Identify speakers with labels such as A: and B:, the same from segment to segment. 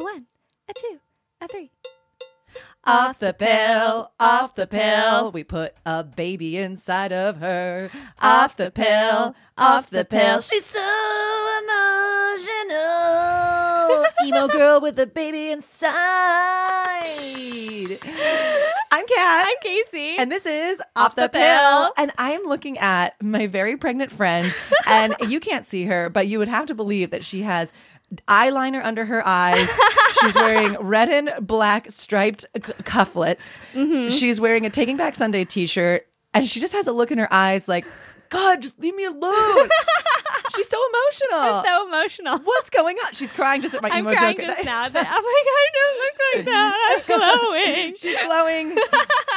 A: a two, a three.
B: Off the pill, off the pill, we put a baby inside of her. Off the pill, off the pill, she's so emotional. Emo girl with a baby inside. I'm Kat.
A: I'm Casey.
B: And this is
A: Off the Pill.
B: And I'm looking at my very pregnant friend, and you can't see her, but you would have to believe that she has eyeliner under her eyes. She's wearing red and black striped c- cufflets.
A: Mm-hmm.
B: She's wearing a Taking Back Sunday t shirt, and she just has a look in her eyes like, God, just leave me alone. She's so emotional.
A: so emotional.
B: What's going on? She's crying just at my
A: I'm
B: emo
A: crying
B: joke.
A: just now. That I'm like, I don't look like that. I'm glowing.
B: She's glowing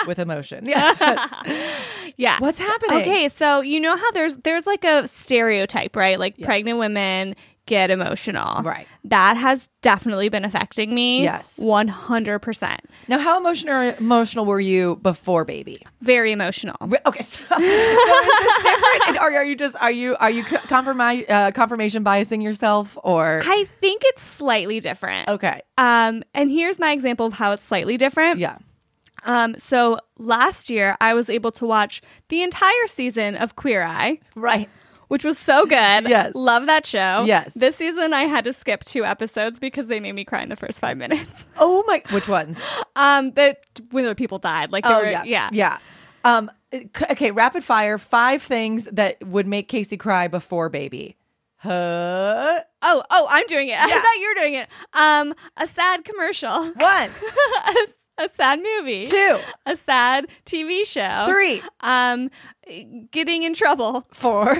B: with emotion. Yes.
A: Yeah.
B: What's happening?
A: Okay, so you know how there's there's like a stereotype, right? Like pregnant women get emotional.
B: Right.
A: That has definitely been affecting me.
B: Yes.
A: 100%.
B: Now, how emotional emotional were you before baby?
A: Very emotional.
B: Re- Okay, so, so is this different? And Are, are you just are you are you co- confirmi- uh, confirmation biasing yourself or
A: I think it's slightly different.
B: okay?
A: Um and here's my example of how it's slightly different.
B: Yeah,
A: Um so last year I was able to watch the entire season of Queer Eye.
B: right.
A: which was so good.
B: Yes.
A: Love that show.
B: Yes.
A: This season I had to skip two episodes because they made me cry in the first five minutes.
B: Oh my, which ones? Oh,
A: Um that when the people died. Like they were, yeah.
B: yeah, yeah. Um, c- okay, rapid fire. Five things that would make Casey cry before baby. Huh?
A: Oh, oh, I'm doing it. I thought you were doing it. Um a sad commercial.
B: One,
A: a, a sad movie.
B: two,
A: A sad TV show.
B: three,
A: Um getting in trouble.
B: four,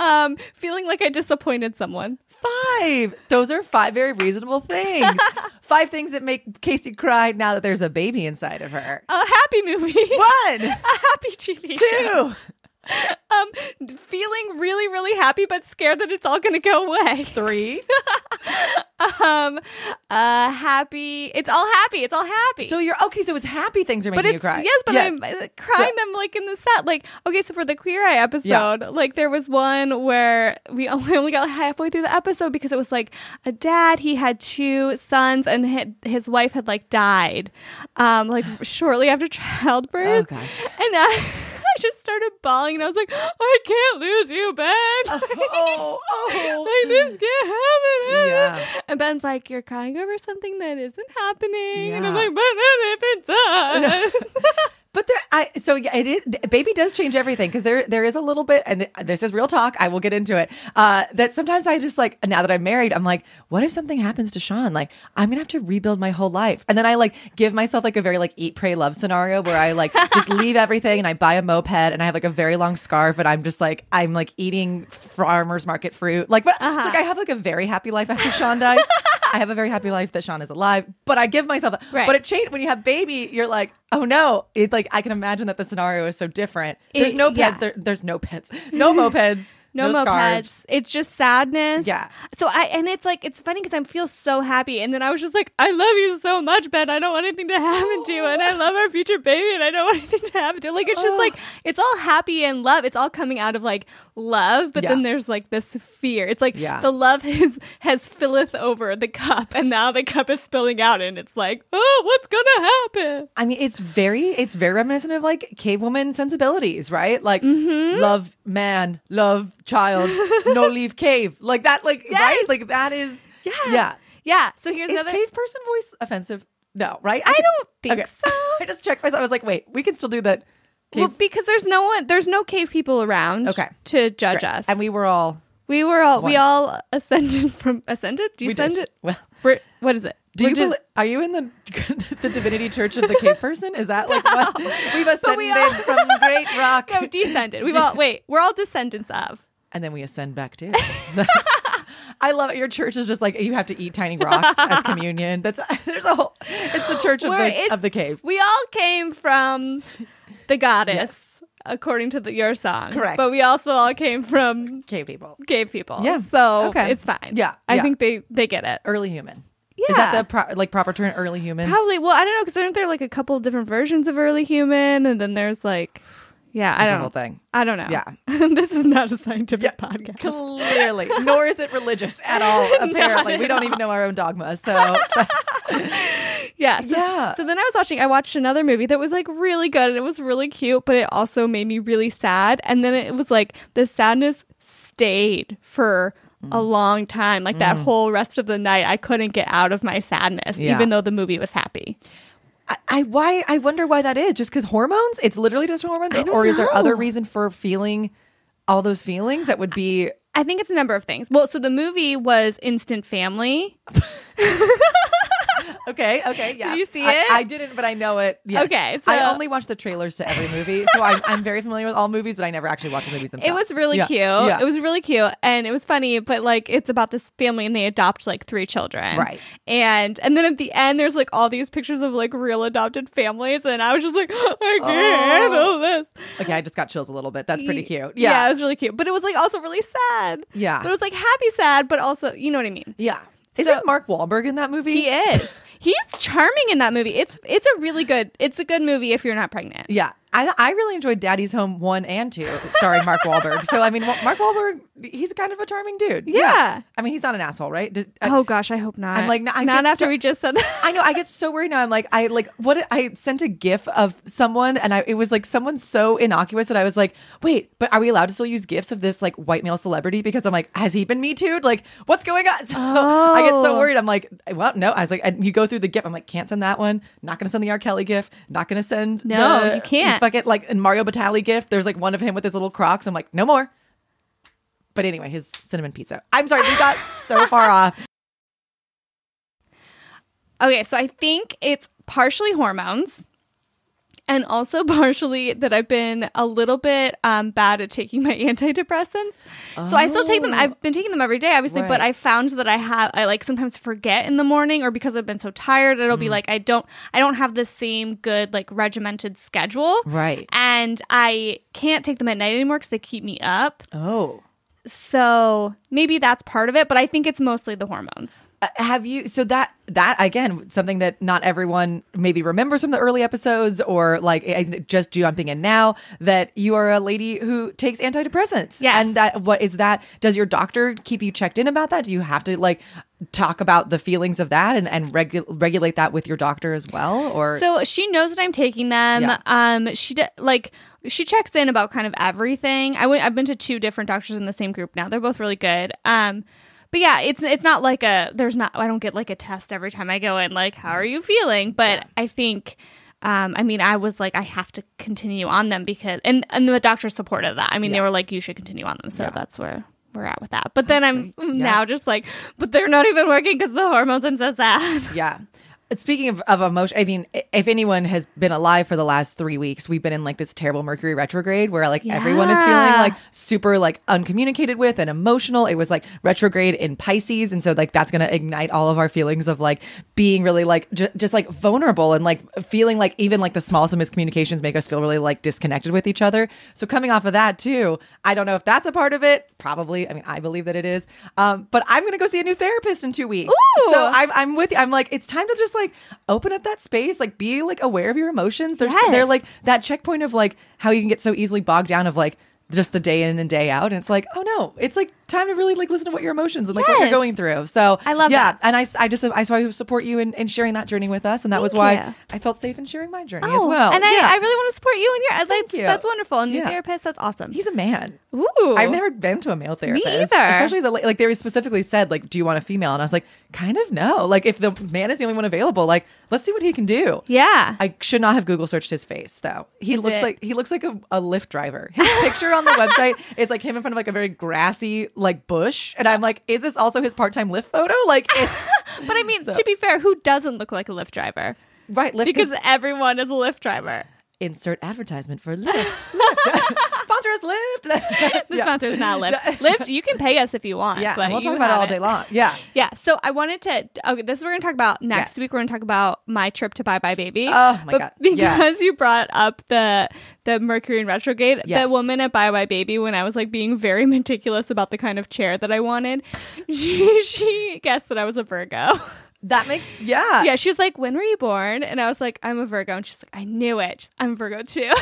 A: Um feeling like I disappointed someone.
B: five. Those are five very reasonable things. five things that make Casey cry now that there's a baby inside of her.
A: A happy movie.
B: One.
A: A happy TV show.
B: two,
A: um feeling really really happy but scared that it's all going to go away
B: three.
A: um uh happy it's all happy it's all happy
B: So you're okay. So it's happy things are making
A: but it's
B: you cry.
A: yes but i'm uh, crying them like in the set like okay so for the queer eye episode like there was one where we only, only got halfway through the episode because it was like a dad he had two sons and hi- his wife had like died um like shortly after childbirth
B: Oh, gosh.
A: and i I just started bawling and I was like, I can't lose you, Ben.
B: Oh, oh.
A: like this can't happen.
B: Yeah.
A: And Ben's like, You're crying over something that isn't happening. And I'm
B: Yeah.
A: like, But then if it does
B: But there, I so yeah, it is. Baby does change everything because there there is a little bit, and this is real talk. I will get into it. Uh, that sometimes I just like now that I'm married, I'm like, what if something happens to Sean? Like I'm gonna have to rebuild my whole life, and then I like give myself like a very like eat pray love scenario where I like just leave everything and I buy a moped and I have like a very long scarf and I'm just like I'm like eating farmers market fruit. Like, but it's like I have like a very happy life after Sean dies. I have a very happy life that Sean is alive, but I give myself. a-
A: Right.
B: But it changed when you have baby. You're like, oh no! It's like I can imagine that the scenario is so different. There's
A: It-
B: no pets.
A: yeah.
B: There, there's no pets. No mopeds.
A: No, mopeds.
B: scarves.
A: It's just sadness.
B: Yeah.
A: So I and it's like it's funny because I feel so happy, and then I was just like, I love you so much, Ben. I don't want anything to happen to you, and I love our future baby, and I don't want anything to happen to. you. Like it's just
B: Oh.
A: like it's all happy and love. It's all coming out of like love, but
B: Yeah.
A: then there's like this fear. It's like
B: Yeah.
A: the love has has filleth over the cup, and now the cup is spilling out, and it's like, oh, what's gonna happen?
B: I mean, it's very, it's very reminiscent of like cavewoman sensibilities, right? Like
A: Mm-hmm.
B: love man, love child, no leave cave, like that, like right, like that is, yeah, yeah.
A: Yeah. So here's
B: Is
A: another.
B: cave person voice offensive? No, right?
A: I
B: could-
A: don't think so.
B: I just checked myself. I was like, wait, we can still do that.
A: Well,
B: cave-
A: because there's no one, there's no cave people around.
B: Okay.
A: to judge
B: Right.
A: us,
B: And we were all
A: we were all we
B: Once.
A: all ascended from ascended,
B: we did.
A: descended.
B: Well,
A: Br- what is it?
B: do you
A: We're
B: beli- are you in the the divinity church of the cave person? Is that like what we've ascended
A: we all-
B: from the great rock?
A: just- no descended? We've all wait. We're all descendants of.
B: and then we ascend back to. I love it. Your church is just like you have to eat tiny rocks as communion. That's there's a whole. It's the church of
A: We're-
B: the
A: it-
B: of the cave.
A: We all came from the goddess, according to the, your song.
B: Correct.
A: But we also all came from
B: Cave people,
A: cave people.
B: Yeah.
A: So
B: Okay.
A: it's fine.
B: Yeah.
A: I
B: Yeah.
A: think they they get it.
B: early human. Is that
A: Yeah.
B: the pro- like proper term? Early human.
A: Probably. Well, I don't know because aren't there like a couple different versions of early human, and then there's like Yeah, I
B: That's the
A: don't.
B: whole thing.
A: I don't know.
B: Yeah.
A: this is not a scientific
B: Yeah.
A: podcast.
B: Clearly, nor is it religious at all. Apparently,
A: at
B: we don't even know our own dogma. So
A: Yeah. So,
B: Yeah.
A: So then I was watching, I watched another movie that was like really good and it was really cute, but it also made me really sad. And then it was like the sadness stayed for
B: Mm.
A: a long time. Like that whole rest of the night, I couldn't get out of my sadness,
B: Yeah.
A: even though the movie was happy.
B: I, I why I wonder why that is. Just because hormones? It's literally just hormones, or,
A: don't
B: is there other
A: know.
B: reason for feeling all those feelings that would be?
A: I think it's a number of things. Well, so the movie was Instant Family.
B: Okay, okay, yeah.
A: Did you see
B: I-
A: it?
B: I, didn't, but I know it. Yes.
A: Okay,
B: I
A: so-
B: only watch the trailers to every movie, so I'm, I'm very familiar with all movies, but I never actually watch the movies
A: It
B: themselves.
A: was really
B: Yeah,
A: cute.
B: yeah.
A: It was really cute and it was funny, but like it's about this family and they adopt like three children.
B: Right.
A: And and then at the end there's like all these pictures of like real adopted families and I was just like I can't handle this.
B: okay. I just got chills a little bit. That's Oh. pretty cute.
A: Yeah, it
B: Yeah,
A: was really cute. But it was like also really sad.
B: Yeah.
A: But it was like happy sad, but also you know what I mean.
B: yeah. Isn't
A: So-
B: Mark Wahlberg in that movie?
A: He is. He's charming in that movie. It's it's a really good it's a good movie if you're not pregnant.
B: Yeah, I I really enjoyed Daddy's Home one and two, starring Mark Wahlberg. So I mean, Wa- Mark Wahlberg, he's kind of a charming dude.
A: Yeah.
B: I mean, he's not an asshole, right? Did- I,
A: oh gosh, I hope not.
B: I'm like, no, I
A: not
B: get
A: after
B: so-
A: we just said that.
B: I know. I get so worried now. I'm like, I like what I sent a GIF of someone, and I it was like someone so innocuous that I was like, wait, but are we allowed to still use GIFs of this like white male celebrity? Because I'm like, has he been me too'd? Like, what's going on? So I get so
A: Oh.
B: worried. I'm like, well, no. I was like, and you go through the GIF. I'm like, can't send that one. Not gonna send the R. Kelly GIF. Not gonna send.
A: No,
B: the-
A: you can't.
B: Fuck it. Like in Mario Batali GIF, there's like one of him with his little Crocs. I'm like, no more. But anyway, his cinnamon pizza. I'm sorry, we got so far off.
A: Okay, so I think it's partially hormones and also partially that I've been a little bit um, bad at taking my antidepressants. So I still take them.
B: Oh.
A: I've been taking them every day, obviously, but
B: Right.
A: I found that I have I like sometimes forget in the morning or because I've been so tired, it'll
B: Mm.
A: be like I don't I don't have the same good like regimented schedule.
B: Right.
A: And I can't take them at night anymore because they keep me up.
B: Oh.
A: So maybe that's part of it, but I think it's mostly the hormones.
B: Uh, have you so that that again something that not everyone maybe remembers from the early episodes or like isn't just jumping in now that you are a lady who takes antidepressants
A: Yes.
B: and that what is that does your doctor keep you checked in about that do you have to like talk about the feelings of that and and regu- regulate that with your doctor as well or
A: So she knows that I'm taking them.
B: Yeah.
A: Um, she d- like she checks in about kind of everything. I went. I've been to two different doctors in the same group now. They're both really good. Um, but yeah, it's it's not like a there's not. I don't get like a test every time I go in. Like, how are you feeling? But I think. Um, I mean, I was like, I have to continue on them because, and and the doctors supported that. I mean, they were like, you should continue on them. So that's where we're at with that. But then I'm now just like, but they're not even working because the hormones. I'm so sad.
B: Yeah. Speaking of, of emotion, I mean, i- if anyone has been alive for the last three weeks, we've been in like this terrible Mercury retrograde where like everyone is feeling
A: Yeah.
B: like super like uncommunicated with and emotional. It was like retrograde in Pisces. And so like that's going to ignite all of our feelings of like being really like j- just like vulnerable and like feeling like even like the smallest of miscommunications make us feel really like disconnected with each other. So coming off of that too, I don't know if that's a part of it. Probably. I mean, I believe that it is. Um, but I'm going to go see a new therapist in two weeks.
A: Ooh.
B: So I'm, I'm with you. I'm like, it's time to just like open up that space, like be like aware of your emotions. There's
A: Yes.
B: they're like that checkpoint of like how you can get so easily bogged down of like just the day in and day out. And it's like, oh no, it's like time to really like listen to what your emotions and like what you're
A: Yes.
B: going through. So
A: I love
B: yeah.
A: that.
B: And I, I just, I, so I support you in, in sharing that journey with us. And that was
A: Thank
B: why
A: you. Oh,
B: I felt safe in sharing my journey as well.
A: And
B: Yeah.
A: I, I really want to support you and your. I Thank
B: you.
A: That's wonderful. A new
B: Yeah.
A: therapist. That's awesome.
B: he's a man.
A: Ooh.
B: I've never been to a male therapist,
A: either.
B: especially as a, la- like they were specifically said like, "Do you want a female?" And I was like, "Kind of no." Like if the man is the only one available, like let's see what he can do.
A: Yeah.
B: I should not have Google searched his face though. He looks
A: it-
B: like he looks like a, a Lyft driver. His picture on the website is like him in front of like a very grassy like bush, and I'm like, is this also his part time Lyft photo? Like, it's,
A: but I mean,
B: So-
A: to be fair, who doesn't look like a Lyft driver?
B: right? Lyft
A: Because
B: is-
A: everyone is a Lyft driver.
B: insert advertisement for Lyft. Lyft. Sponsor us, Lyft.
A: The
B: Yeah.
A: sponsor is not Lyft. Lyft, you can pay us if you want.
B: Yeah,
A: but
B: and we'll
A: you
B: talk about it all
A: haven't.
B: day long. Yeah.
A: Yeah, so I wanted to. Okay, this is what we're going to talk about next
B: Yes.
A: week. We're going to talk about my trip to Bye Bye Baby.
B: Oh, my
A: But
B: God.
A: Because
B: Yes.
A: you brought up the the Mercury in retrograde,
B: Yes.
A: the woman at Bye Bye Baby, when I was like being very meticulous about the kind of chair that I wanted, she she guessed that I was a
B: Uh,
A: Virgo.
B: That makes yeah.
A: Yeah, she was like, "When were you born?" And I was like, "I'm a Virgo," and she's like, "I knew it. She's, I'm Virgo too."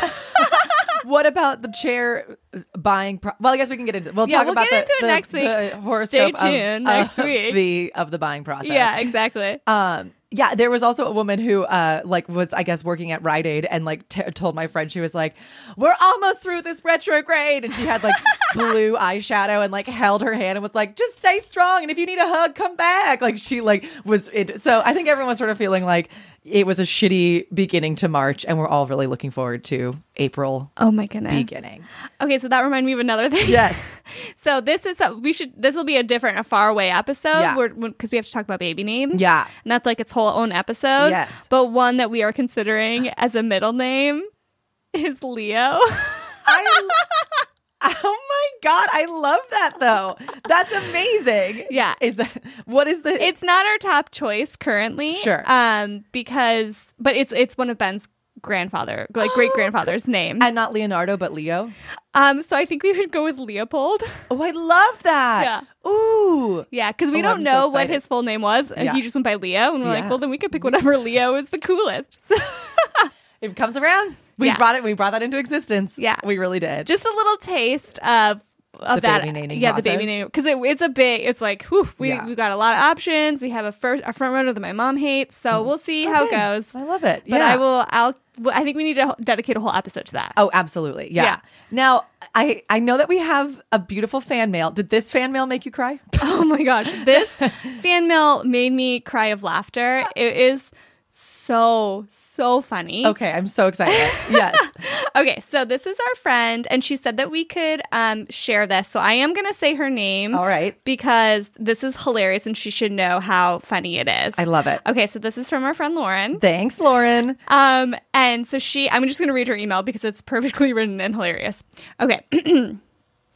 B: what about the chair uh, buying? Pro- well, I guess we can get into. We'll
A: Yeah,
B: talk
A: we'll get
B: about the,
A: into it
B: the-
A: next week.
B: the horoscope.
A: Stay
B: of,
A: tuned next
B: of
A: week.
B: The of the buying process.
A: yeah, exactly.
B: Um, yeah, there was also a woman who, uh, like, was I guess working at Rite Aid and like t- told my friend she was like, "We're almost through this retrograde," and she had like blue eyeshadow and like held her hand and was like, "Just stay strong, and if you need a hug, come back." Like she like was it, so I think everyone was sort of feeling like it was a shitty beginning to March, and we're all really looking forward to April
A: Oh my goodness.
B: beginning.
A: Okay, so that reminded me of another thing.
B: Yes.
A: So this is a, we should this will be a different a far away episode
B: Yeah.
A: because we have to talk about baby names.
B: Yeah.
A: And that's like its whole own episode.
B: Yes.
A: But one that we are considering as a middle name is Leo.
B: I lo- oh my god, I love that though. That's amazing.
A: Yeah.
B: Is that what is the
A: it's not our top choice currently.
B: Sure.
A: Um because but it's it's one of Ben's grandfather like great grandfather's name.
B: and not Leonardo but Leo?
A: Um so I think we should go with Leopold.
B: Oh, I love that. Ooh.
A: Yeah, because we
B: Oh,
A: don't
B: I'm so
A: know what
B: excited.
A: his full name was, and
B: Yeah.
A: he just went by Leo. And we're
B: Yeah.
A: like, well, then we could pick whatever Leo is the coolest. So,
B: It comes around. We
A: Yeah.
B: brought it we brought that into existence.
A: Yeah.
B: We really did.
A: just a little taste of of
B: The
A: that.
B: baby naming
A: yeah, the
B: process.
A: baby name because it, it's a big. It's like whew, we
B: Yeah.
A: we got a lot of options. We have a first a front runner that my mom hates, so we'll see how it
B: Okay.
A: goes.
B: I love it.
A: But
B: Mm. Oh, yeah.
A: I will. I'll. well, I think we need to dedicate a whole episode to that.
B: Oh, absolutely. Yeah.
A: Yeah.
B: Now, I I know that we have a beautiful fan mail. Did this fan mail make you cry?
A: Oh my gosh. This fan mail made me cry of laughter. It is so, so funny.
B: okay, I'm so excited. yes.
A: Okay, so this is our friend, and she said that we could um, share this. So I am going to say her name
B: All right.
A: because this is hilarious and she should know how funny it is.
B: I love it.
A: okay, so this is from our friend Lauren.
B: Thanks, Lauren.
A: Um, and so she, I'm just going to read her email because it's perfectly written and hilarious. Okay.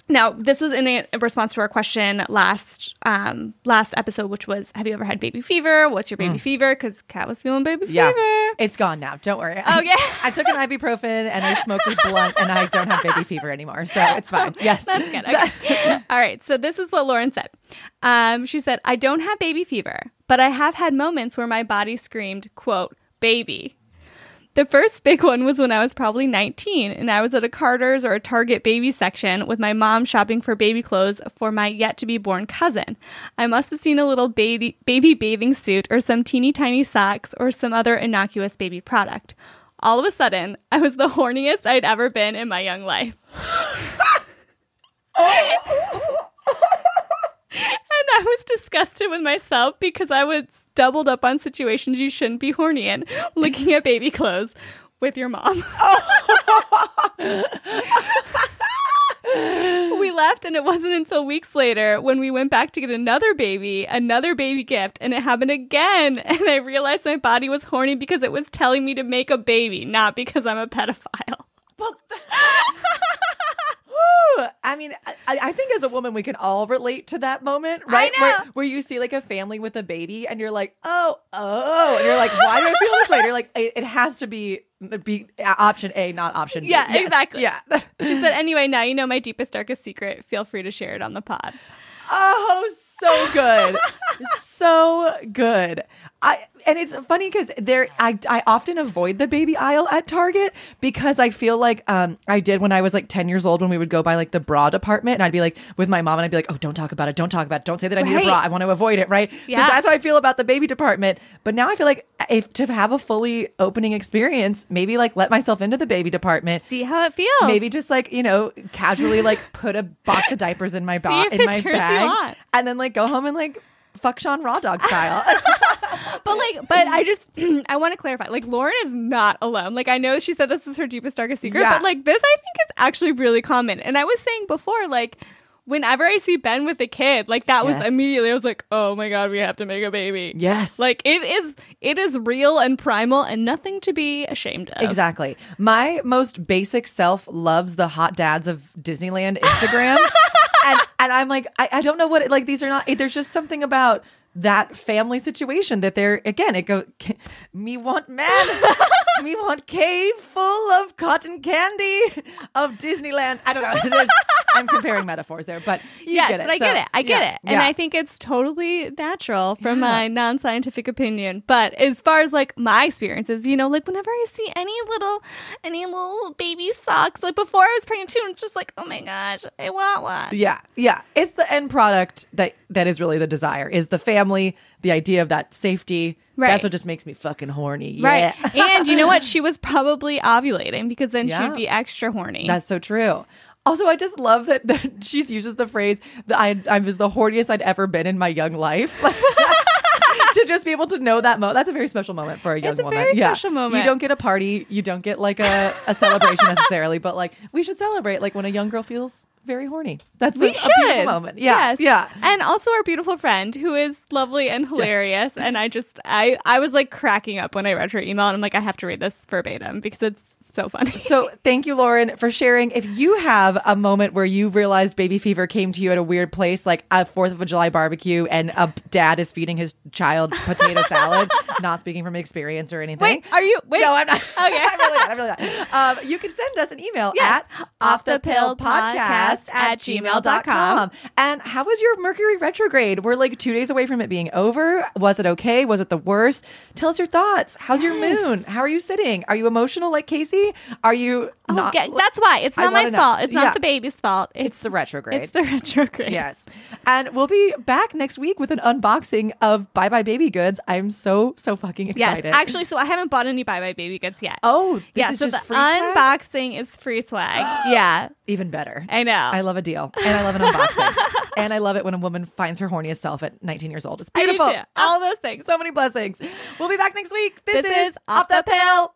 A: Now, this was in a, a response to our question last um, last episode, which was, "Have you ever had baby fever? What's your baby fever?" Because Kat was feeling baby
B: Mm. Yeah.
A: fever.
B: It's gone now. Don't worry.
A: Oh, yeah.
B: I took an ibuprofen and I smoked a blunt and I don't have baby fever anymore. So it's fine. Yes.
A: That's good. Okay. All right. So this is what Lauren said. Um, she said, I don't have baby fever, but I have had moments where my body screamed, quote, baby. The first big one was when I was probably 19 and I was at a Carter's or a Target baby section with my mom shopping for baby clothes for my yet to be born cousin. I must have seen a little baby, baby bathing suit or some teeny tiny socks or some other innocuous baby product. All of a sudden, I was the horniest I'd ever been in my young life. And I was disgusted with myself because I was doubled up on situations you shouldn't be horny in, looking at baby clothes with your mom. we left, and it wasn't until weeks later when we went back to get another baby, another baby gift, and it happened again. And I realized my body was horny because it was telling me to make a baby, not because I'm a pedophile.
B: Well, Whew. I mean, I, I think as a woman, we can all relate to that moment, right?
A: know.
B: Where, where you see like a family with a baby and you're like, oh, oh. And you're like, why do I feel this way? And you're like, it, it has to be, be uh, option A, not option B.
A: Yeah,
B: Yes.
A: exactly.
B: Yeah.
A: She said, anyway, now you know my deepest, darkest secret. Feel free to share it on the pod.
B: Oh, so good. so good. I and it's funny cuz there I I often avoid the baby aisle at Target because I feel like um I did when I was like 10 years old when we would go by like the bra department and I'd be like with my mom and I'd be like, "Oh, don't talk about it. Don't talk about it. Don't say that I need a
A: Right.
B: bra. I want to avoid it." Right?
A: Yeah.
B: So that's how I feel about the baby department. But now I feel like if to have a fully opening experience, maybe like let myself into the baby department
A: See how it feels.
B: maybe just like you know casually like put a box of diapers in my
A: See
B: bag
A: if
B: in
A: it
B: my
A: turns you on.
B: bag and then like go home and like fuck Sean raw dog style
A: But like, but I just I want to clarify. Like, Lauren is not alone. Like, I know she said this is her deepest darkest secret,
B: Yeah.
A: but like this, I think is actually really common. And I was saying before, like, whenever I see Ben with a kid, like that was
B: Yes.
A: immediately I was like, oh my god, we have to make a baby.
B: yes
A: Like it is, it is real and primal and nothing to be ashamed of.
B: exactly my most basic self loves the hot dads of Disneyland Instagram and and I'm like I, I don't know what it, like these are not there's just something about that family situation that they're again it goes me want man me want cave full of cotton candy of Disneyland. I don't know. There's- I'm comparing metaphors there, but you
A: yes,
B: get it.
A: but I get
B: So,
A: it. I get
B: yeah,
A: it. And
B: yeah.
A: I think it's totally natural from
B: Yeah.
A: my non scientific opinion. But as far as like my experiences, you know, like whenever I see any little, any little baby socks, like before I was pregnant too, and it's just like, oh my gosh, I want one.
B: Yeah, yeah. It's the end product that that is really the desire. Is the family, the idea of that safety.
A: Right.
B: That's what just makes me fucking horny.
A: Right.
B: Yeah.
A: and you know what? She was probably ovulating because then
B: Yeah.
A: she'd be extra horny.
B: That's so true. Also, I just love that, that she uses the phrase that I, I was the horniest I'd ever been in my young life. Like, to just be able to know that moment. That's a very special moment for a young
A: It's a
B: woman.
A: very
B: yeah.
A: special moment.
B: You don't get a party, you don't get like a, a celebration necessarily, but like we should celebrate like when a young girl feels very horny. That's a,
A: we
B: a
A: should.
B: beautiful moment. Yeah.
A: Yes.
B: Yeah.
A: And also our beautiful friend who is lovely and hilarious. And I just I I was like cracking up when I read her email and I'm like, I have to read this verbatim because it's so funny.
B: So thank you, Lauren, for sharing. If you have a moment where you realized baby fever came to you at a weird place, like a Fourth of July barbecue, and a dad is feeding his child potato salad, not speaking from experience or anything.
A: Wait, are you wait
B: no, I'm not. Okay,
A: Okay.
B: I'm really not. I'm really not. Um, you can send us an email
A: Yes.
B: at
A: Off the Pill Podcast at gmail.com.
B: And how was your Mercury retrograde? We're like two days away from it being over. Was it okay? Was it the worst? Tell us your thoughts. How's
A: Yes.
B: your moon? How are you sitting? Are you emotional like Casey? Are you
A: Oh,
B: not?
A: yeah, that's why. It's
B: I
A: not my
B: wanna know.
A: fault. It's not
B: Yeah.
A: the baby's fault. It's
B: it's the retrograde.
A: it's the retrograde.
B: Yes. And we'll be back next week with an unboxing of Bye Bye Baby Goods. I'm so, so fucking
A: Yes.
B: excited.
A: Actually, so I haven't bought any Bye Bye Baby goods yet.
B: oh, this
A: yeah.
B: is
A: so
B: just
A: the
B: free swag?
A: unboxing is free swag. yeah.
B: Even better.
A: I know.
B: I love a deal and I love an unboxing. and I love it when a woman finds her horniest self at 19 years old. It's
A: I do
B: beautiful.
A: too. All those things.
B: So many blessings. We'll be back next week. Oh. This,
A: This
B: is Off the Pill.